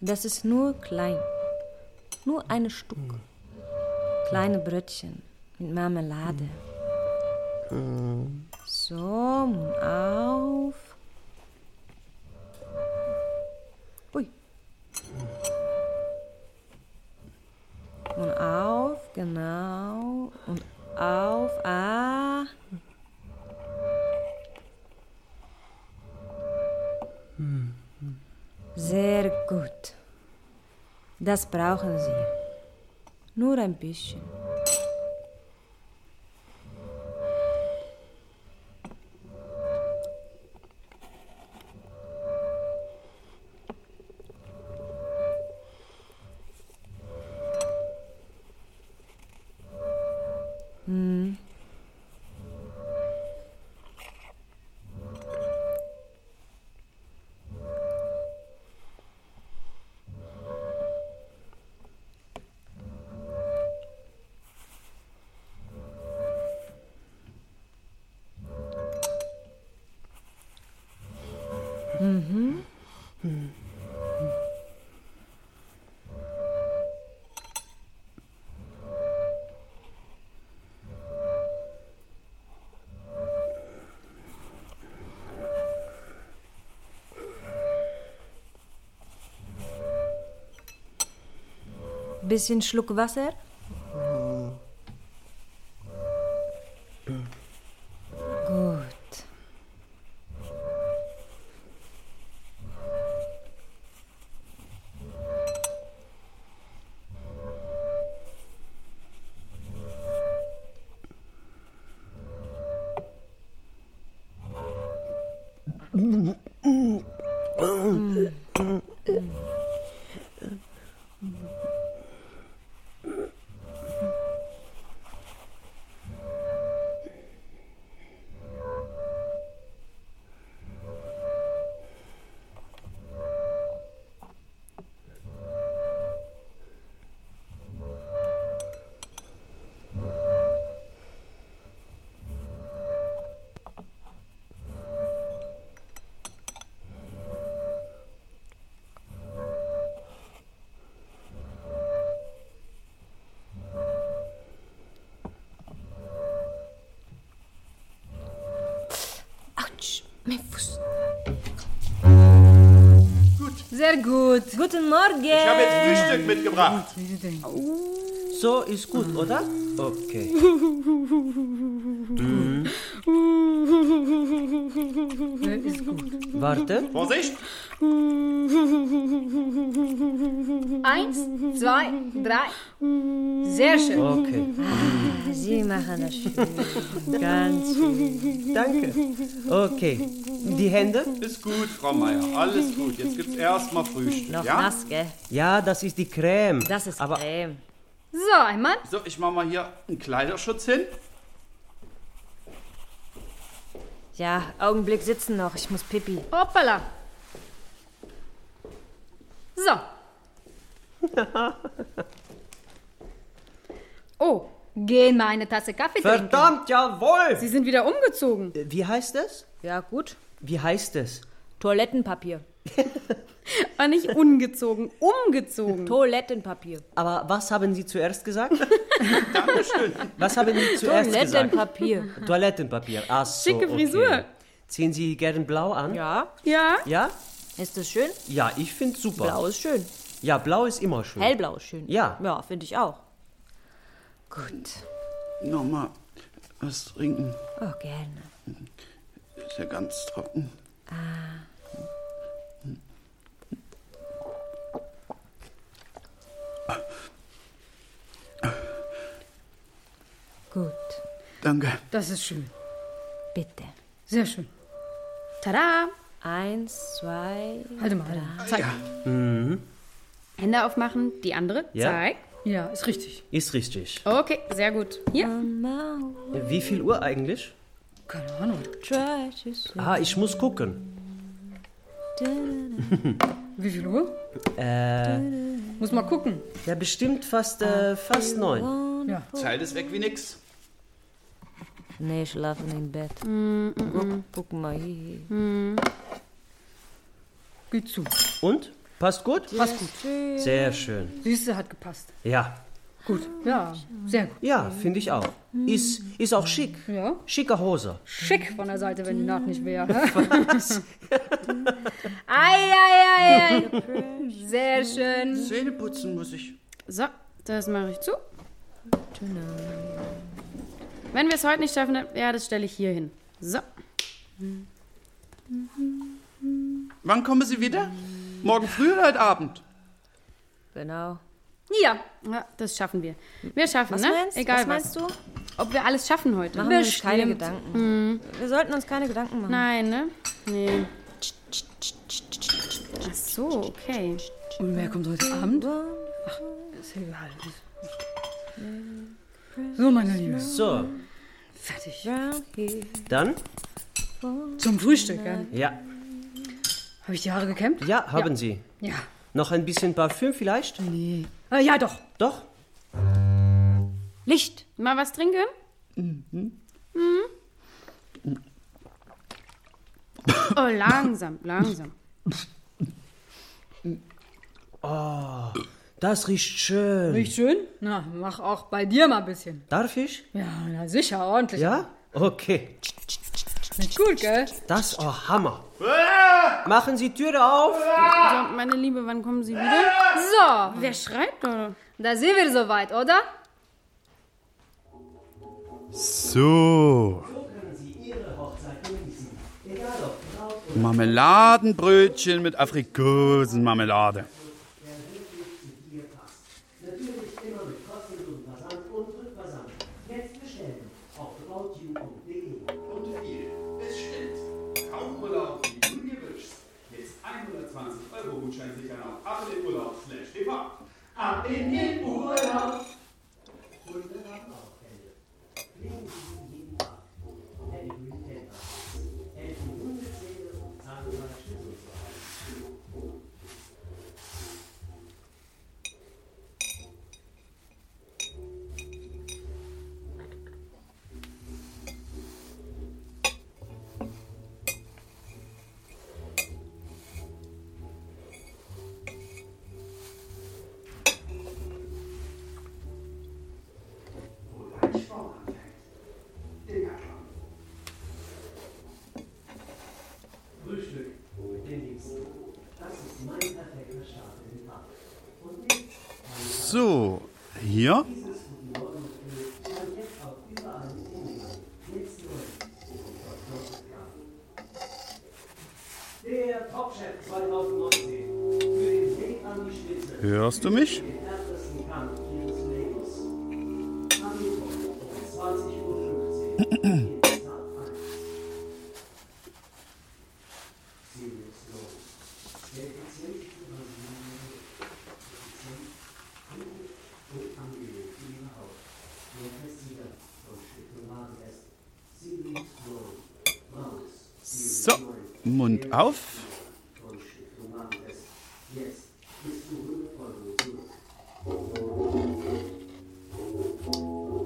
Das ist nur klein. Nur ein Stück. Kleine Brötchen mit Marmelade. So, Mund auf. Ui. Mund auf, genau. Und auf. Ah. Sehr gut. Das brauchen Sie. Nur ein bisschen. Bisschen Schluck Wasser. Gut. Autsch, mein Fuß. Sehr gut. Guten Morgen. Ich habe jetzt Frühstück mitgebracht. So ist gut, oder? Okay. Warte. Vorsicht! Eins, zwei, drei. Sehr schön. Okay. Sie machen das schön. Ganz schön. Danke. Okay. Die Hände? Ist gut, Frau Meier. Alles gut. Jetzt gibt's erstmal Frühstück. Noch ja? nass, gell? Ja, das ist die Creme. Das ist Aber Creme. So, einmal. So, ich mache mal hier einen Kleiderschutz hin. Ja, Augenblick sitzen noch. Ich muss pipi. Hoppala. So. Oh, gehen mal eine Tasse Kaffee trinken. Verdammt, jawohl! Sie sind wieder umgezogen. Wie heißt es? Ja, gut. Wie heißt es? Toilettenpapier. Und nicht ungezogen, Hm. umgezogen. Toilettenpapier. Aber was haben Sie zuerst gesagt? Was haben Sie zuerst gesagt? Toilettenpapier. Toilettenpapier. Ach so, Schicke Frisur. Okay. Ziehen Sie gern blau an? Ja. Ja, Ja? Ist das schön? Ja, ich find's super. Blau ist schön. Ja, blau ist immer schön. Hellblau ist schön. Hm. Ja. Ja, finde ich auch. Gut. Nochmal was trinken. Oh, gerne. Ist ja ganz trocken. Gut. Danke. das ist schön. Bitte. Sehr schön. Tada! Eins, zwei. Halte mal. Halte. mal. Zeig. Hände aufmachen, die andere. Ja. Zeig. Ja, ist richtig. Ist richtig. Okay, sehr gut. Hier. Now Wie viel Uhr eigentlich? Keine Ahnung. try to sleep. Ah, ich muss gucken. Wie viel Uhr? Äh. Muss mal gucken. Ja, bestimmt fast, äh, fast neun. Zeit ist weg wie nix. Nee, schlafen im Bett. Guck, guck mal hier. Geht zu. Und? Passt gut? Passt gut. Sehr schön. Siehste, hat gepasst. Ja. Gut. Ja, sehr gut. Ja, finde ich auch. Ist, ist auch schick. Ja. Schicke Hose. Schick von der Seite, wenn die Naht nicht wäre. Ei, ei, ei, ei. Sehr schön. Zähne putzen muss ich. So, das mache ich zu. Wenn wir es heute nicht schaffen, dann, ja, das stelle ich hier hin. So. Wann kommen Sie wieder? Morgen früh oder heute Abend? Genau. Ja, ja das schaffen wir. Wir schaffen, Was ne? meinst, Egal was meinst du? Ob wir alles schaffen heute. Machen wir uns keine Gedanken. Wir sollten uns keine Gedanken machen. Nein, ne? Nee. Ach so, okay. Und wer kommt heute Abend? Ist egal. So, meine Liebe. So, Fertig. dann? Zum Frühstück, ja. Ja. Habe ich die Haare gekämmt? Ja, haben Sie. Ja. Noch ein bisschen Parfüm vielleicht? Ah, ja, doch. Doch? Licht. Mal was trinken? Mhm. Oh, langsam, langsam. Das riecht schön. Riecht schön? Na, mach auch bei dir mal ein bisschen. Darf ich? Ja, na sicher, ordentlich. Ja? Okay. Nicht gut, gell? Das ist oh, Hammer. Machen Sie Türe auf. So, meine Liebe, wann kommen Sie wieder? So, Wer schreibt da? da sind wir soweit, oder? So. Marmeladenbrötchen mit Aprikosenmarmelade. So, hier. Hörst du mich? So, Mund auf.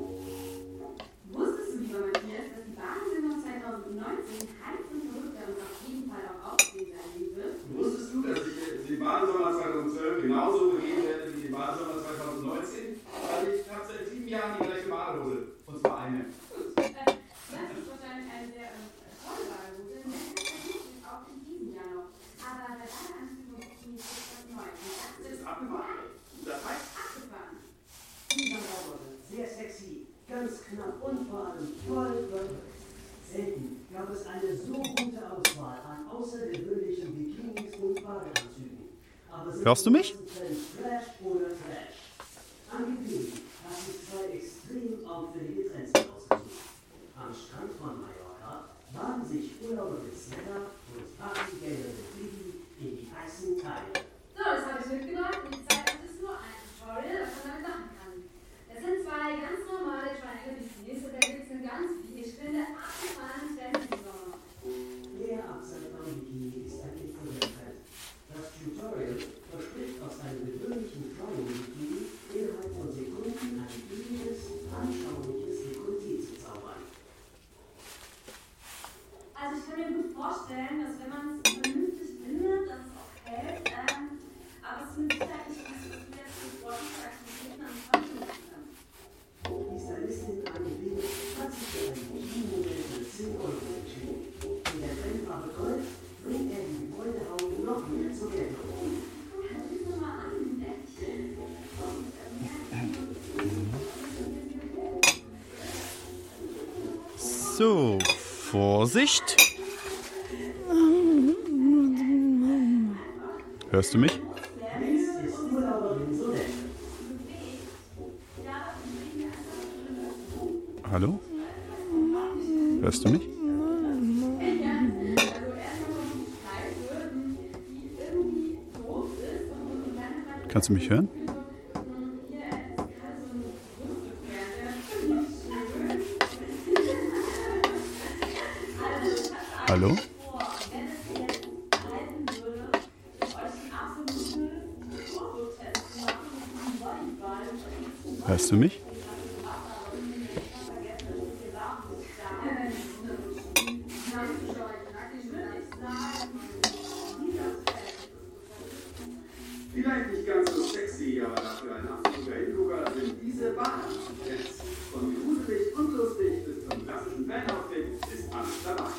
Wusstest du, lieber Matthias, dass die Wahnsinn 2019 heiß und verrückt und auf jeden Fall auch aufregend sein wird? Wusstest du, dass ich die knapp und vor allem voll voll. Selten gab es eine so gute Auswahl an außergewöhnlichen Bikinis und Badeanzügen. Aber sind Hörst du mich? Flash oder Trash? Angegeben haben sich zwei extrem auffällige Trends ausgesucht. Am Strand von Mallorca waren sich Urlauber mit Snapper und Partygänger mit Bibi in die heißen Teile. So, das habe ich mitgenommen. Ich zeige euch jetzt nur ein Tutorial, was man damit machen kann. Es sind zwei ganz normale Triangle Bikinis und da gibt es eine ganz viel. Ich finde, abgefahren Trends im Sommer. Der Absatz von Bikini ist ein Influencer. Das Tutorial verspricht aus einem gewöhnlichen Frauen-Bikini innerhalb von Sekunden ein billiges, anschauliches Dekolleté zu zaubern. Also ich kann mir gut vorstellen, dass wenn man es vernünftig bindet, dass es auch hält. Ähm, aber es ist mit Sicherheit nicht was, was wir jetzt mit Sportaktivitäten am Faschen machen können. Die Stylistin Anne Will hat sich für ein Bikini-Modell für 10 Euro entschieden. In der Brennfarbe Gold bringt er die Gebäudehaut noch mehr zur Geltung. So, Vorsicht. Hörst du mich? Hallo? Hörst du mich? Kannst du mich hören? Hallo? Hörst du mich? Vielleicht nicht ganz so sexy, aber dafür ein absoluter Hingucker sind diese Badeanzüge. Von gruselig und lustig bis zum klassischen Fan-Outfit ist alles dabei.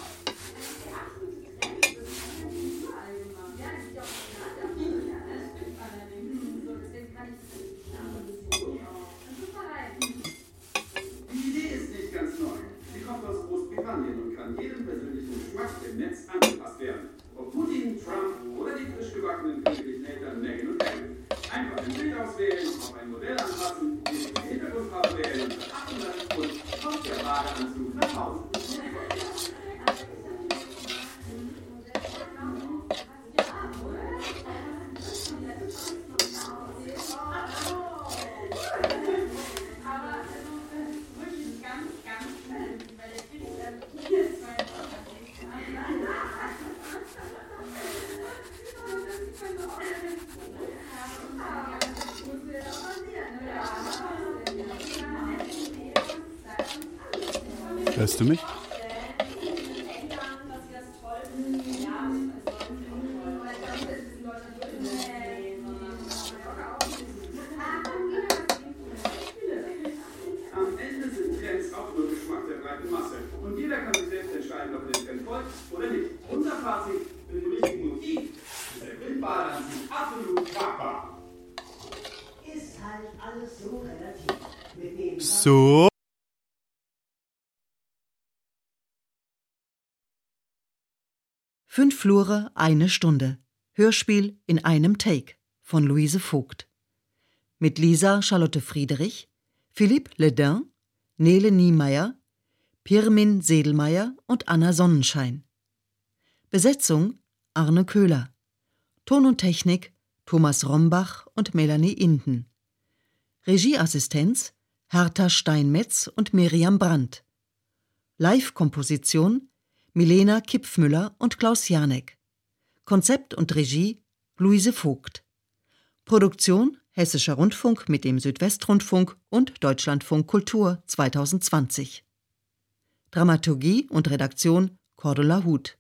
Die Idee ist nicht ganz neu. Sie kommt aus Großbritannien und kann jedem persönlichen Geschmack im Netz angepasst werden. Ob Putin, Trump oder die frisch gebackenen Königin Eltern Meghan und Harry. Einfach ein Bild auswählen, auf ein Modell anpassen, die Hintergrundfarbe wählen, beachten das und kommt der Badeanzug nach Hause. Hörst du mich? Am Ende sind Trends auch nur Geschmack der breiten Masse. Und jeder kann sich selbst entscheiden, ob er dem Trend folgt oder nicht. Unser Fazit für den richtigen Motiv ist der Wildbadeanzug absolut machbar. Ist halt alles so relativ. Mit dem So. Fünf Flure, eine Stunde. Hörspiel in einem Take von Luise Vogt. Mit Lisa Charlotte Friedrich, Philippe Ledin, Nele Niemeyer, Pirmin Sedelmeier und Anna Sonnenschein. Besetzung Arne Köhler. Ton und Technik Thomas Rombach und Melanie Inden. Regieassistenz Hertha Steinmetz und Miriam Brandt. Live-Komposition Milena Kipfmüller und Klaus Janek. Konzept und Regie Luise Vogt. Produktion Hessischer Rundfunk mit dem Südwestrundfunk und Deutschlandfunk Kultur 2020. Dramaturgie und Redaktion Cordula Huth.